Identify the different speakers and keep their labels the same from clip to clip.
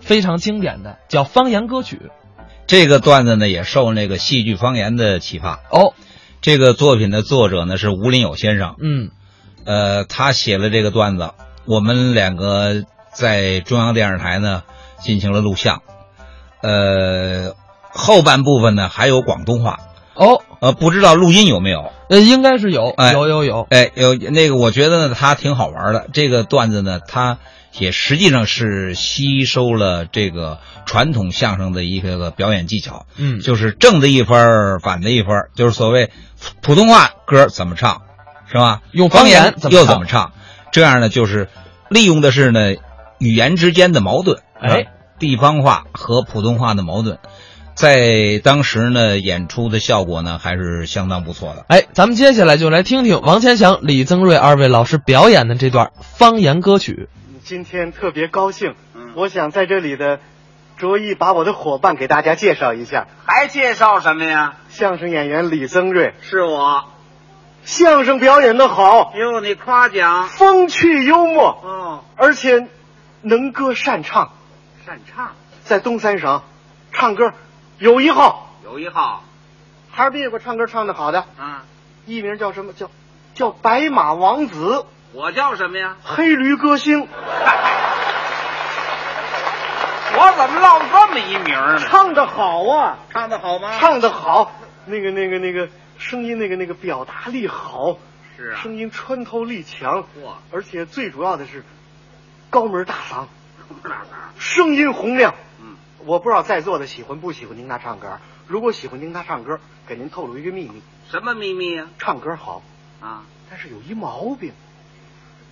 Speaker 1: 非常经典的叫方言歌曲。
Speaker 2: 这个段子呢，也受那个戏剧方言的启发。
Speaker 1: 哦，
Speaker 2: 这个作品的作者呢是吴林友先生，
Speaker 1: 嗯，
Speaker 2: 呃，他写了这个段子，我们两个在中央电视台呢进行了录像，呃，后半部分呢还有广东话，
Speaker 1: 哦，
Speaker 2: 呃，不知道录音有没有？
Speaker 1: 呃，应该是有，
Speaker 2: 哎
Speaker 1: 有有有，
Speaker 2: 哎，有那个，我觉得呢，他挺好玩的。这个段子呢，它也实际上是吸收了这个传统相声的一个个表演技巧，
Speaker 1: 嗯，
Speaker 2: 就是正的一分儿，反的一分儿，就是所谓普通话歌怎么唱，是吧？
Speaker 1: 用
Speaker 2: 方
Speaker 1: 方言
Speaker 2: 言
Speaker 1: 怎么
Speaker 2: 又
Speaker 1: 唱
Speaker 2: 怎么唱？这样呢，就是利用的是呢语言之间的矛盾，
Speaker 1: 哎
Speaker 2: 啊，地方话和普通话的矛盾，在当时呢演出的效果呢还是相当不错的。
Speaker 1: 哎，咱们接下来就来听听王千祥、李增瑞二位老师表演的这段方言歌曲。
Speaker 3: 今天特别高兴，我想在这里的着意把我的伙伴给大家介绍一下，
Speaker 4: 还介绍什么呀？
Speaker 3: 相声演员李增瑞，
Speaker 4: 是我，
Speaker 3: 相声表演的好，
Speaker 4: 哟，你夸奖
Speaker 3: 风趣幽默，
Speaker 4: 哦，
Speaker 3: 而且能歌善唱，
Speaker 4: 擅唱，
Speaker 3: 在东三省唱歌有一号，
Speaker 4: 有一号
Speaker 3: 哈尔滨有个唱歌唱得好的，
Speaker 4: 啊，
Speaker 3: 艺名叫什么？叫叫白马王子，
Speaker 4: 我叫什么呀？
Speaker 3: 黑驴歌星，
Speaker 4: 我怎么落这么一名儿呢？
Speaker 3: 唱得好啊，
Speaker 4: 唱的好吗
Speaker 3: 唱得好，那个那个那个声音那个那个表达力好。
Speaker 4: 是啊，
Speaker 3: 声音穿透力强，
Speaker 4: 哇
Speaker 3: 而且最主要的是高门大 嗓，
Speaker 4: 哪哪？
Speaker 3: 声音洪亮。
Speaker 4: 嗯，
Speaker 3: 我不知道在座的喜欢不喜欢听他唱歌，如果喜欢听他唱歌，给您透露一个秘密：
Speaker 4: 什么秘密呀？
Speaker 3: 唱歌好，
Speaker 4: 啊，
Speaker 3: 但是有一毛病，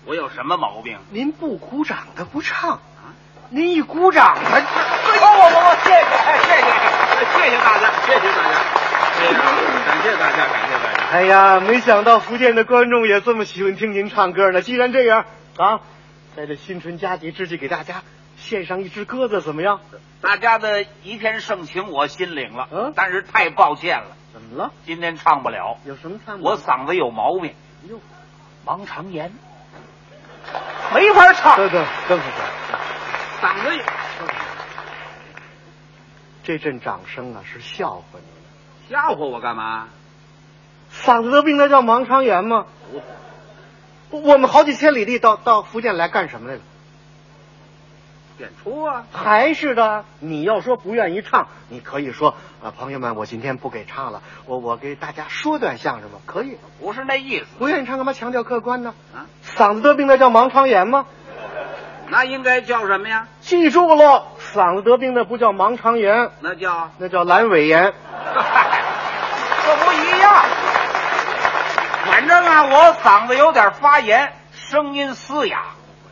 Speaker 4: 我有什么毛病？
Speaker 3: 您不鼓掌他不唱，
Speaker 4: 啊
Speaker 3: 您一鼓掌他
Speaker 4: 我我我谢谢谢哎谢谢谢大家，谢谢大家，哎呀，感谢大家，感谢大家。
Speaker 3: 哎呀，没想到福建的观众也这么喜欢听您唱歌呢。既然这样啊，在这新春佳节之际，给大家献上一只鸽子，怎么样？
Speaker 4: 大家的一片盛情我心领了，
Speaker 3: 嗯
Speaker 4: 但是太抱歉了，
Speaker 3: 怎么了？
Speaker 4: 今天唱不了，
Speaker 3: 有什么看法？
Speaker 4: 我嗓子有毛病，
Speaker 3: 哟。
Speaker 4: 盲肠炎，没法唱。
Speaker 3: 对对，更是这样。
Speaker 4: 嗓子有
Speaker 3: 这阵掌声啊，是笑话你们。
Speaker 4: 吓唬我干嘛？
Speaker 3: 嗓子得病，那叫盲肠炎吗？
Speaker 4: 我
Speaker 3: 我我们好几千里地到到福建来干什么来了？
Speaker 4: 演出啊，
Speaker 3: 还是的，你要说不愿意唱，你可以说啊，朋友们，我今天不给唱了，我我给大家说段相声吧，可以。
Speaker 4: 不是那意思
Speaker 3: 不愿意唱干嘛强调客观呢？
Speaker 4: 啊。
Speaker 3: 嗓子得病，那叫盲肠炎吗？
Speaker 4: 那应该叫什么呀？
Speaker 3: 记住喽，嗓子得病那不叫盲肠炎，
Speaker 4: 那叫，
Speaker 3: 那叫阑尾炎。
Speaker 4: 这不一样。反正啊，我嗓子有点发炎，声音嘶哑，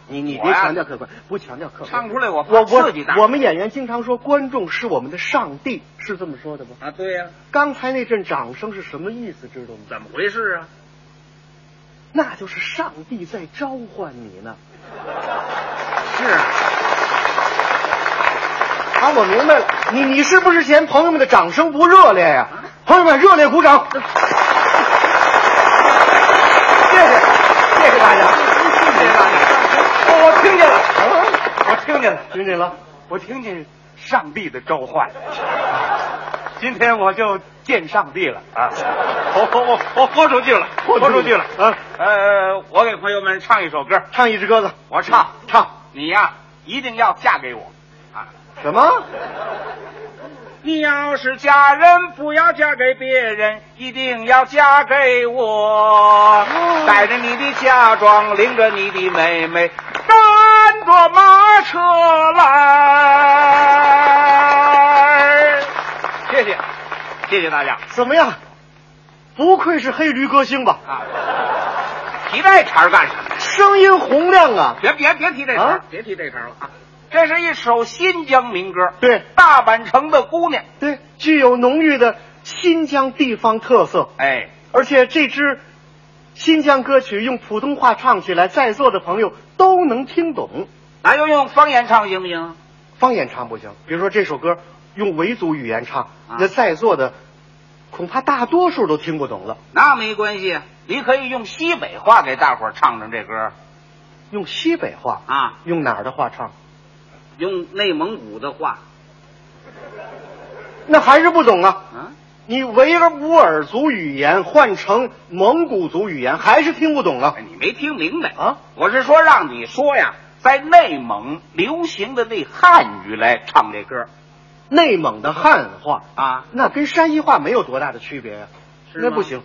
Speaker 3: 你你
Speaker 4: 我
Speaker 3: 别
Speaker 4: 呀
Speaker 3: 强调客观，不强调客观。
Speaker 4: 唱出来我怕
Speaker 3: 我
Speaker 4: 刺激大
Speaker 3: 我我们演员经常说，观众是我们的上帝，是这么说的吗？
Speaker 4: 啊。对呀、
Speaker 3: 刚才那阵掌声是什么意思，知道吗？
Speaker 4: 怎么回事啊？
Speaker 3: 那就是上帝在召唤你呢。
Speaker 4: 是啊，
Speaker 3: 啊，我明白了，你你是不是嫌朋友们的掌声不热烈呀、
Speaker 4: 啊
Speaker 3: 朋友们，热烈鼓掌！谢谢，谢谢大家，谢谢大家。哦我我听见了，我听见了，听见了，我听见上帝的召唤。今天我就见上帝了啊！
Speaker 4: 我我我我豁出去了，豁出去了。
Speaker 3: 啊！
Speaker 4: 呃，我给朋友们唱一首歌，
Speaker 3: 唱一支歌子，
Speaker 4: 我唱，
Speaker 3: 唱
Speaker 4: 你呀、一定要嫁给我啊！
Speaker 3: 什么？
Speaker 4: 你要是嫁人，不要嫁给别人，一定要嫁给我。带着你的嫁妆，领着你的妹妹，赶着马车来。谢谢，谢谢大家
Speaker 3: 怎么样？不愧是黑驴歌星吧？
Speaker 4: 啊！提这茬儿干什么？
Speaker 3: 声音洪亮啊！
Speaker 4: 别别别提这茬儿、
Speaker 3: 啊
Speaker 4: 别提这茬儿了啊！这是一首新疆民歌，
Speaker 3: 对
Speaker 4: 大阪城的姑娘。
Speaker 3: 对，具有浓郁的新疆地方特色，
Speaker 4: 哎，
Speaker 3: 而且这支新疆歌曲用普通话唱起来，在座的朋友都能听懂。
Speaker 4: 咱就用方言唱行不行？
Speaker 3: 方言唱不行，比如说这首歌用维族语言唱，
Speaker 4: 啊
Speaker 3: 那在座的恐怕大多数都听不懂了。
Speaker 4: 那没关系，你可以用西北话给大伙儿唱唱这歌
Speaker 3: 用西北话
Speaker 4: 啊，
Speaker 3: 用哪儿的话唱？
Speaker 4: 用内蒙古的话
Speaker 3: 那还是不懂啊！
Speaker 4: 啊，
Speaker 3: 你维吾尔族语言换成蒙古族语言，还是听不懂啊
Speaker 4: 哎！你没听明白
Speaker 3: 啊？
Speaker 4: 我是说让你说呀，在内蒙流行的那汉语来唱这歌
Speaker 3: 内蒙的汉话
Speaker 4: 啊，
Speaker 3: 那跟山西话没有多大的区别呀、啊
Speaker 4: 是吗
Speaker 3: 那不行，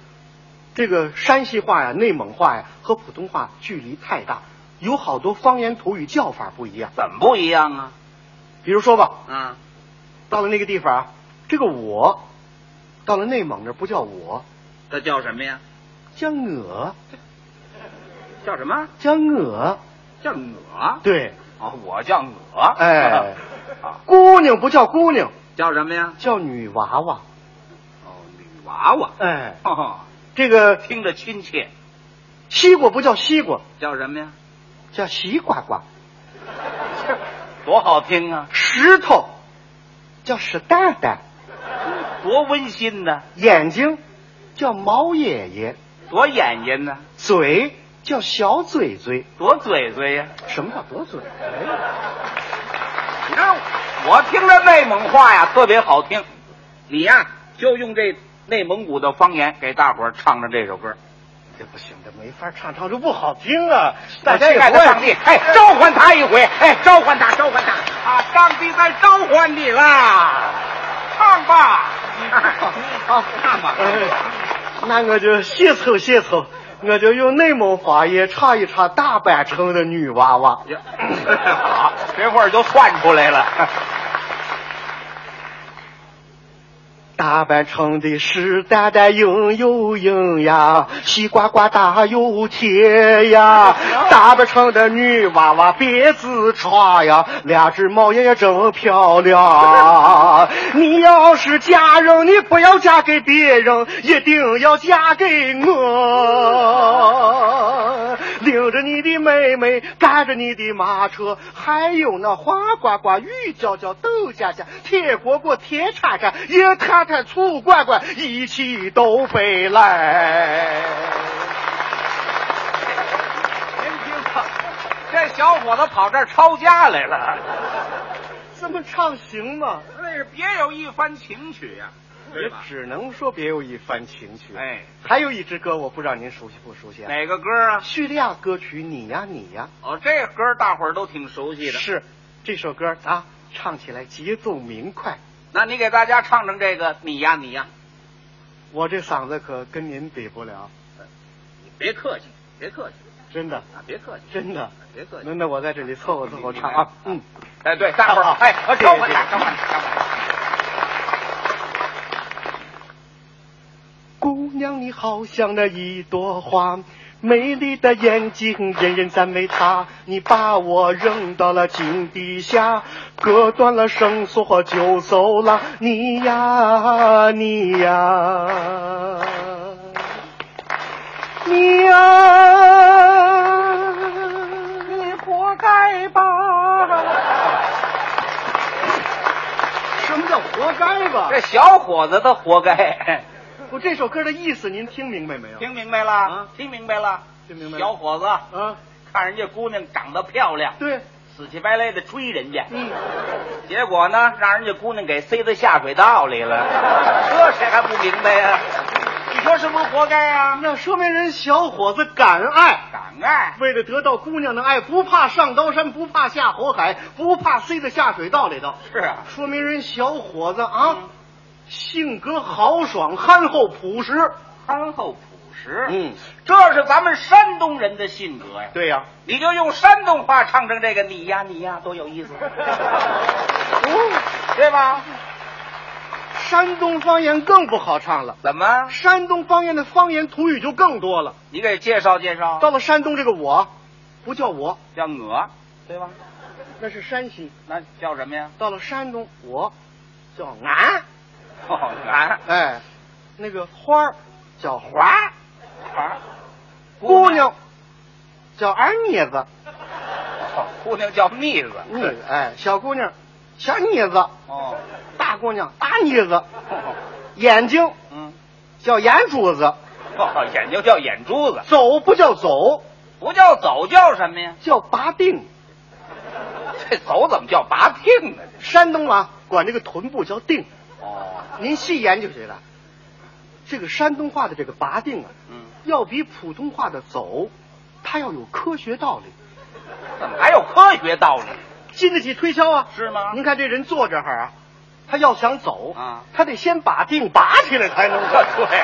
Speaker 3: 这个山西话呀、内蒙话呀和普通话距离太大，有好多方言土语叫法不一样。
Speaker 4: 怎么不一样啊？
Speaker 3: 比如说吧，
Speaker 4: 啊，
Speaker 3: 到了那个地方啊，这个我，到了内蒙那儿不叫我，
Speaker 4: 这叫什么呀？
Speaker 3: 叫我，
Speaker 4: 叫什么？
Speaker 3: 叫我。
Speaker 4: 叫我
Speaker 3: 对，
Speaker 4: 哦，我叫我
Speaker 3: 哎
Speaker 4: 啊，
Speaker 3: 姑娘不叫姑娘，
Speaker 4: 叫什么呀？
Speaker 3: 叫女娃娃。
Speaker 4: 哦，女娃娃。
Speaker 3: 哎，
Speaker 4: 哦，
Speaker 3: 这个
Speaker 4: 听着亲切，
Speaker 3: 西瓜不叫西瓜，
Speaker 4: 叫什么呀？
Speaker 3: 叫西瓜瓜。
Speaker 4: 多好听啊，
Speaker 3: 石头叫石蛋蛋，
Speaker 4: 多温馨呢、
Speaker 3: 眼睛叫毛爷爷，
Speaker 4: 多眼睛呢、
Speaker 3: 嘴叫小嘴嘴。
Speaker 4: 多嘴嘴呀、
Speaker 3: 什么叫多嘴？哎
Speaker 4: 你看，我听着内蒙话呀，特别好听。你呀，就用这内蒙古的方言给大伙儿唱唱这首歌。
Speaker 3: 这不行，这没法唱，唱就不好听了。
Speaker 4: 大家
Speaker 3: 也
Speaker 4: 爱
Speaker 3: 不
Speaker 4: 的
Speaker 3: 爱
Speaker 4: 上帝，哎，召唤他一回，哎，召唤他，召唤他啊！上帝在召唤你啦！唱吧，
Speaker 3: 好，
Speaker 4: 唱吧。
Speaker 3: 哎那我就谢凑谢凑，我就用内蒙方言唱一唱大阪城的女娃娃。
Speaker 4: 好， 这会儿就窜出来了。
Speaker 3: 大阪城的石蛋蛋硬又硬呀，西瓜瓜大又甜呀。大阪城的女娃娃别自穿呀，两只猫爷爷真漂亮。你要是嫁人，你不要嫁给别人，一定要嫁给我。 领着你的妹妹，赶着你的马车，还有那花呱呱、玉娇娇、豆家家、铁蝈蝈、铁铲铲、野探探、醋罐罐，一起都飞来。
Speaker 4: 您听吧， 这小伙子跑这儿抄家来 了，
Speaker 3: 这么唱行吗？
Speaker 4: 那是别有一番情趣呀、对
Speaker 3: 也
Speaker 4: 吧？
Speaker 3: 只能说别有一番情趣。，
Speaker 4: 哎，
Speaker 3: 还有一支歌，我不知道您熟悉不熟悉啊？
Speaker 4: 哪个歌啊？
Speaker 3: 叙利亚歌曲《你呀你呀
Speaker 4: 哦，这歌大伙儿都挺熟》悉的。
Speaker 3: 是这首歌啊，唱起来节奏明快。
Speaker 4: 那你给大家唱唱这个你呀你呀，
Speaker 3: 我这嗓子可跟您比不了，
Speaker 4: 你别客气，别客气
Speaker 3: 真的，
Speaker 4: 啊，别客气，
Speaker 3: 真的。
Speaker 4: 别客气
Speaker 3: 那。那我在这里凑合凑合唱啊，嗯。
Speaker 4: 哎，对，大伙儿哎，我
Speaker 3: 谢谢
Speaker 4: 等会儿
Speaker 3: 谢谢
Speaker 4: 等会儿等会儿
Speaker 3: 姑娘，你好像那一朵花，美丽的眼睛，人人赞美她。你把我扔到了井底下，割断了绳索就走了。你呀，你呀，你呀，你活该吧？什么叫活该吧
Speaker 4: 这小伙子他活 该，
Speaker 3: 哎我这首歌的意思您听明白没有？
Speaker 4: 听明白了？
Speaker 3: 啊
Speaker 4: 听明白了？
Speaker 3: 听明白了
Speaker 4: 小伙子，
Speaker 3: 啊，
Speaker 4: 看人家姑娘长得漂亮，
Speaker 3: 对，
Speaker 4: 死乞白赖的追人家，
Speaker 3: 嗯，
Speaker 4: 结果呢，让人家姑娘给塞到下水道里了， 这谁还不明白呀、你说是不是活该呀、
Speaker 3: 啊那说明人小伙子敢爱，
Speaker 4: 敢爱，
Speaker 3: 为了得到姑娘的爱，不怕上刀山，不怕下火海，不怕塞到下水道里头。
Speaker 4: 是啊，
Speaker 3: 说明人小伙子啊，性格豪爽、憨厚、朴实。
Speaker 4: 憨厚朴实，
Speaker 3: 嗯，
Speaker 4: 这是咱们山东人的性格呀。
Speaker 3: 对呀、
Speaker 4: 你就用山东话唱成这个你呀你呀，多有 意思，对吧？
Speaker 3: 哦山东方言更不好唱了。
Speaker 4: 怎么？
Speaker 3: 山东方言的方言土语就更多了。
Speaker 4: 你给介绍介绍？
Speaker 3: 到了山东，这个我不叫我，
Speaker 4: 叫我，对吧？
Speaker 3: 那是山西。
Speaker 4: 那叫什么呀？
Speaker 3: 到了山东，我叫俺。
Speaker 4: 哦，俺
Speaker 3: 哎，那个花儿叫花，
Speaker 4: 儿，
Speaker 3: 姑娘叫二妮子，
Speaker 4: 哦，姑娘叫 蜜子，
Speaker 3: 妮子哎，小姑娘小妮子，
Speaker 4: 哦，
Speaker 3: 大姑娘大妮子，
Speaker 4: 哦
Speaker 3: 眼睛
Speaker 4: 嗯，
Speaker 3: 叫眼珠子，
Speaker 4: 哦，眼睛叫眼珠子，
Speaker 3: 走不叫走，
Speaker 4: 不叫走叫什么呀？
Speaker 3: 叫拔腚。
Speaker 4: 这走怎么叫拔腚呢？
Speaker 3: 山东啊，管这个臀部叫腚。
Speaker 4: 哦，
Speaker 3: 您细研究谁了？这个山东话的这个拔腚啊，
Speaker 4: 嗯，
Speaker 3: 要比普通话的走，它要有科学道理，
Speaker 4: 怎么还有科学道理？
Speaker 3: 经得起推敲啊。
Speaker 4: 是吗
Speaker 3: 您看这人坐这儿啊，他要想走
Speaker 4: 啊，
Speaker 3: 他得先把腚拔起来才能走，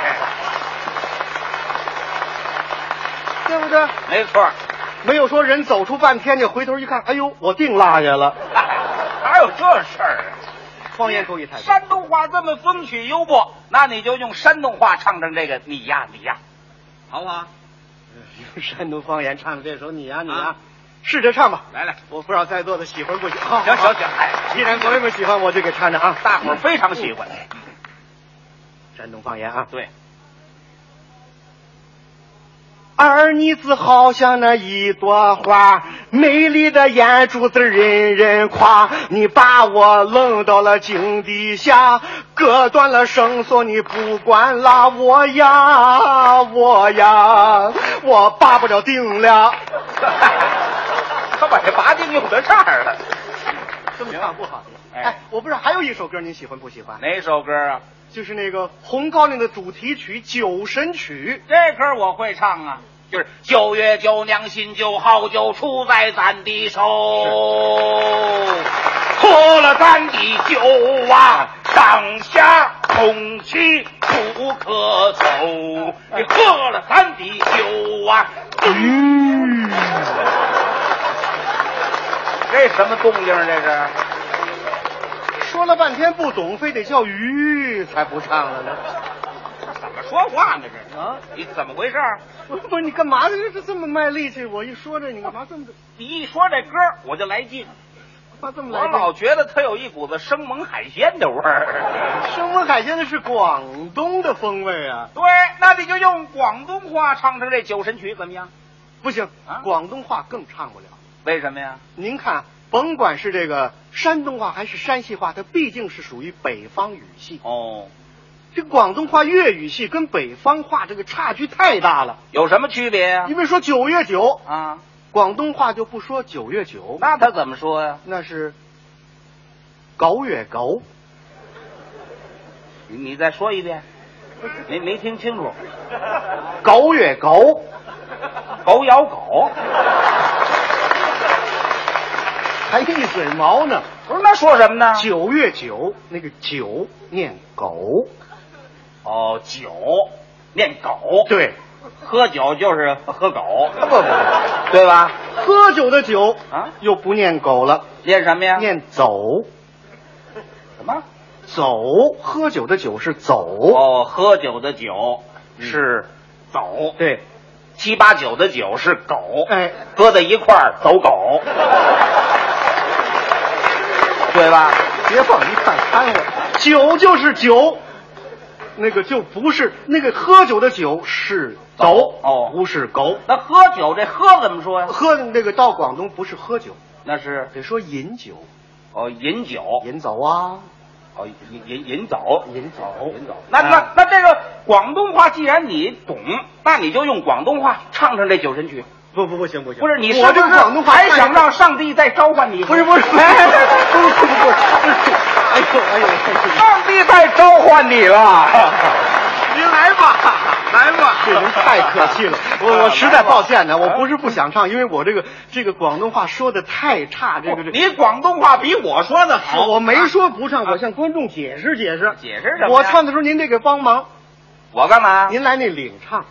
Speaker 3: 对不对？
Speaker 4: 没错儿，
Speaker 3: 没有说人走出半天就回头一看，哎呦，我腚落下了。
Speaker 4: 哎哪有这事儿啊？
Speaker 3: 方言口语太重，
Speaker 4: 山东话这么风趣幽默，那你就用山东话唱唱这个你呀你呀，好啊不好？
Speaker 3: 用山东方言唱的这首《你呀、你呀、
Speaker 4: 啊
Speaker 3: 试着唱吧。
Speaker 4: 来来，
Speaker 3: 我不知道在座的喜欢不喜欢。
Speaker 4: 行
Speaker 3: 好
Speaker 4: 行行，，哎，
Speaker 3: 既然朋友们喜欢，我就给唱唱啊。
Speaker 4: 大伙儿非常喜欢。
Speaker 3: 山东方言啊。
Speaker 4: 对，
Speaker 3: 儿女子好像那一朵花，美丽的眼珠子人人夸。你把我扔到了井底下，割断了绳索你不管啦，我呀我呀，我拔不了腚了。
Speaker 4: 他把这拔腚用到这儿了。
Speaker 3: 这么唱不好听。
Speaker 4: 哎
Speaker 3: 哎，我不知道还有一首歌您喜欢不喜欢？
Speaker 4: 哪首歌啊？
Speaker 3: 就是那个《红高粱》的主题曲《酒神曲
Speaker 4: 这歌我会唱啊，就是九月九娘新酒好酒出在咱的手，喝了咱的酒啊，当下空气不可走，你喝了咱的酒啊，》。
Speaker 3: 嗯，
Speaker 4: 这什么动静？啊这是？
Speaker 3: 说了半天不懂，非得叫鱼才不唱了呢。
Speaker 4: 怎么说话呢？这是啊？你怎么回事？
Speaker 3: 不是你干嘛呢？这这么卖力气，我一说这你干嘛这么
Speaker 4: 你一说这歌，我就来劲。
Speaker 3: 干嘛这么
Speaker 4: 我
Speaker 3: 来劲？
Speaker 4: 老觉得它有一股子生猛海鲜的味儿。
Speaker 3: 生猛海鲜的是广东的风味啊！
Speaker 4: 对，那你就用广东话唱唱这《酒神曲》怎么样？
Speaker 3: 不行，
Speaker 4: 啊
Speaker 3: 广东话更唱不了。
Speaker 4: 为什么呀？
Speaker 3: 您看，甭管是这个山东话还是山西话，它毕竟是属于北方语系。
Speaker 4: 哦，
Speaker 3: 这个广东话粤语系跟北方话这个差距太大了。
Speaker 4: 有什么区别呀、
Speaker 3: 因为说九月九，
Speaker 4: 啊？
Speaker 3: 广东话就不说九月九，
Speaker 4: 那他怎么说呀、
Speaker 3: 那是九月九。
Speaker 4: 你你再说一遍，没没听清楚。
Speaker 3: 狗月狗，
Speaker 4: 狗咬狗，
Speaker 3: 还一嘴毛呢。
Speaker 4: 不是那说什么呢？
Speaker 3: 九月九，那个九念狗，
Speaker 4: 哦，酒念狗，，
Speaker 3: 对，
Speaker 4: 喝酒就是喝狗，
Speaker 3: 不不不
Speaker 4: 对吧？
Speaker 3: 喝酒的酒
Speaker 4: 啊
Speaker 3: 又不念狗了，
Speaker 4: 念什么呀？
Speaker 3: 念走
Speaker 4: 什么？
Speaker 3: 走。喝酒的酒是走，
Speaker 4: 哦，喝酒的酒是走，
Speaker 3: 对，
Speaker 4: 七八九的酒是狗，
Speaker 3: 哎，
Speaker 4: 搁在一块儿 走狗，对吧？
Speaker 3: 别往一看掺和，酒就是酒，那个就不是那个喝酒的酒是走
Speaker 4: 哦
Speaker 3: 不是狗。
Speaker 4: 那喝酒这喝怎么说呀？
Speaker 3: 喝那个到广东不是喝酒，
Speaker 4: 那是
Speaker 3: 得说饮酒，
Speaker 4: 哦，饮酒，
Speaker 3: 饮走啊，
Speaker 4: 哦，饮饮饮走。
Speaker 3: 饮走，饮走
Speaker 4: 哦
Speaker 3: 啊
Speaker 4: 那那那这个广东话，既然你懂，那你就用广东话唱唱这九神曲。
Speaker 3: 不不不行不行，
Speaker 4: 不是你是
Speaker 3: 我这
Speaker 4: 不是
Speaker 3: 广东话
Speaker 4: 还想让上帝再召唤你？
Speaker 3: 不是 不是不是不是不是不是，哎呦哎呦哎呦，
Speaker 4: 上帝再召唤你 了。
Speaker 3: 您来吧。
Speaker 4: 来吧
Speaker 3: 这人太客气了，我我实在抱歉呢，我不是不想唱，因为我这个这个广东话说的太差，这个这
Speaker 4: 你广东话比我说的好。啊
Speaker 3: 我没说不唱，我向观众解释解释。
Speaker 4: 解释什么呀？啊
Speaker 3: 我唱的时候您得给帮忙，
Speaker 4: 我干嘛？
Speaker 3: 您来那领唱，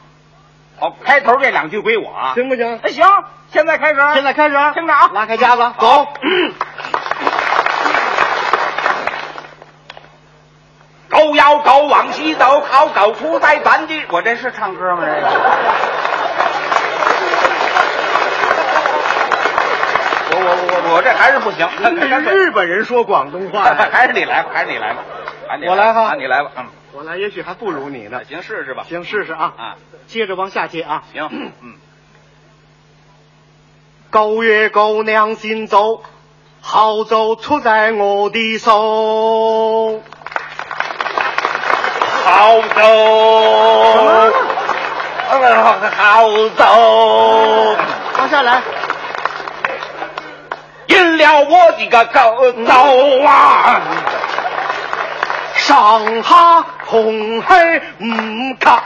Speaker 4: 哦，开头这两句归我啊。
Speaker 3: 行不行？
Speaker 4: 哎，行，现在开始。
Speaker 3: 现在开始，
Speaker 4: 听着啊
Speaker 3: 拉开夹子，走。
Speaker 4: 狗咬狗往西走，好狗出在咱的。我这是唱 歌吗？这个。我我我我这还是不 行，
Speaker 3: 这日本人说广东话呀，
Speaker 4: 还是你来吧，还是你来吧，还是你
Speaker 3: 我来哈
Speaker 4: 啊你来吧，嗯，
Speaker 3: 我来也许还不如你呢。
Speaker 4: 行试试吧，
Speaker 3: 行，试试啊。
Speaker 4: 啊，
Speaker 3: 接着往下接啊。
Speaker 4: 行，嗯，
Speaker 3: 九月姑娘先走，好走出在我的手。
Speaker 4: 好走，好走，
Speaker 3: 往下来，
Speaker 4: 一进了我的个狗脑啊！
Speaker 3: 上哈红黑唔卡，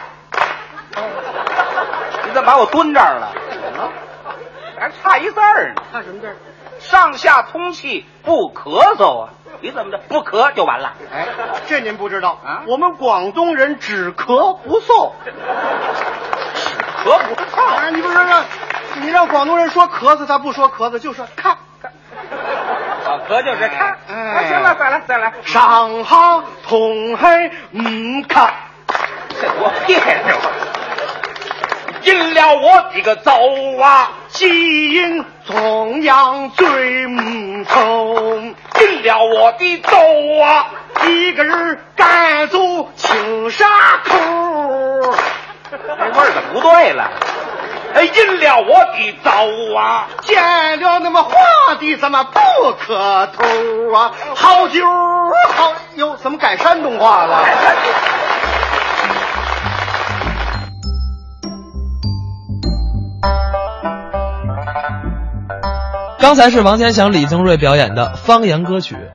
Speaker 4: 你怎么把我蹲这儿了？还差一字儿呢，
Speaker 5: 看什么字儿？
Speaker 4: 上下通气不咳嗽啊！你怎么着不咳就完了？
Speaker 3: 哎，这您不知道
Speaker 4: 啊
Speaker 3: 我们广东人只咳不嗽。
Speaker 4: 咳不上，
Speaker 3: 啊，你不是让你让广东人说咳嗽，他不说咳嗽，就说看
Speaker 4: 啊咳就是看。
Speaker 3: 哎
Speaker 4: 啊行了，再来再来，
Speaker 3: 上哈同黑唔看，
Speaker 4: 这多别扭啊！进了我的个走啊！
Speaker 3: 基因中央最唔从，
Speaker 4: 进了我的走啊！
Speaker 3: 一个人赶走青沙口。
Speaker 4: 这味儿怎么不对了？哎，进了我的走啊！
Speaker 3: 见了那么画的怎么不磕头啊？好酒好哟，怎么改山东话了？
Speaker 1: 刚才是王千祥、李增瑞表演的方言歌曲。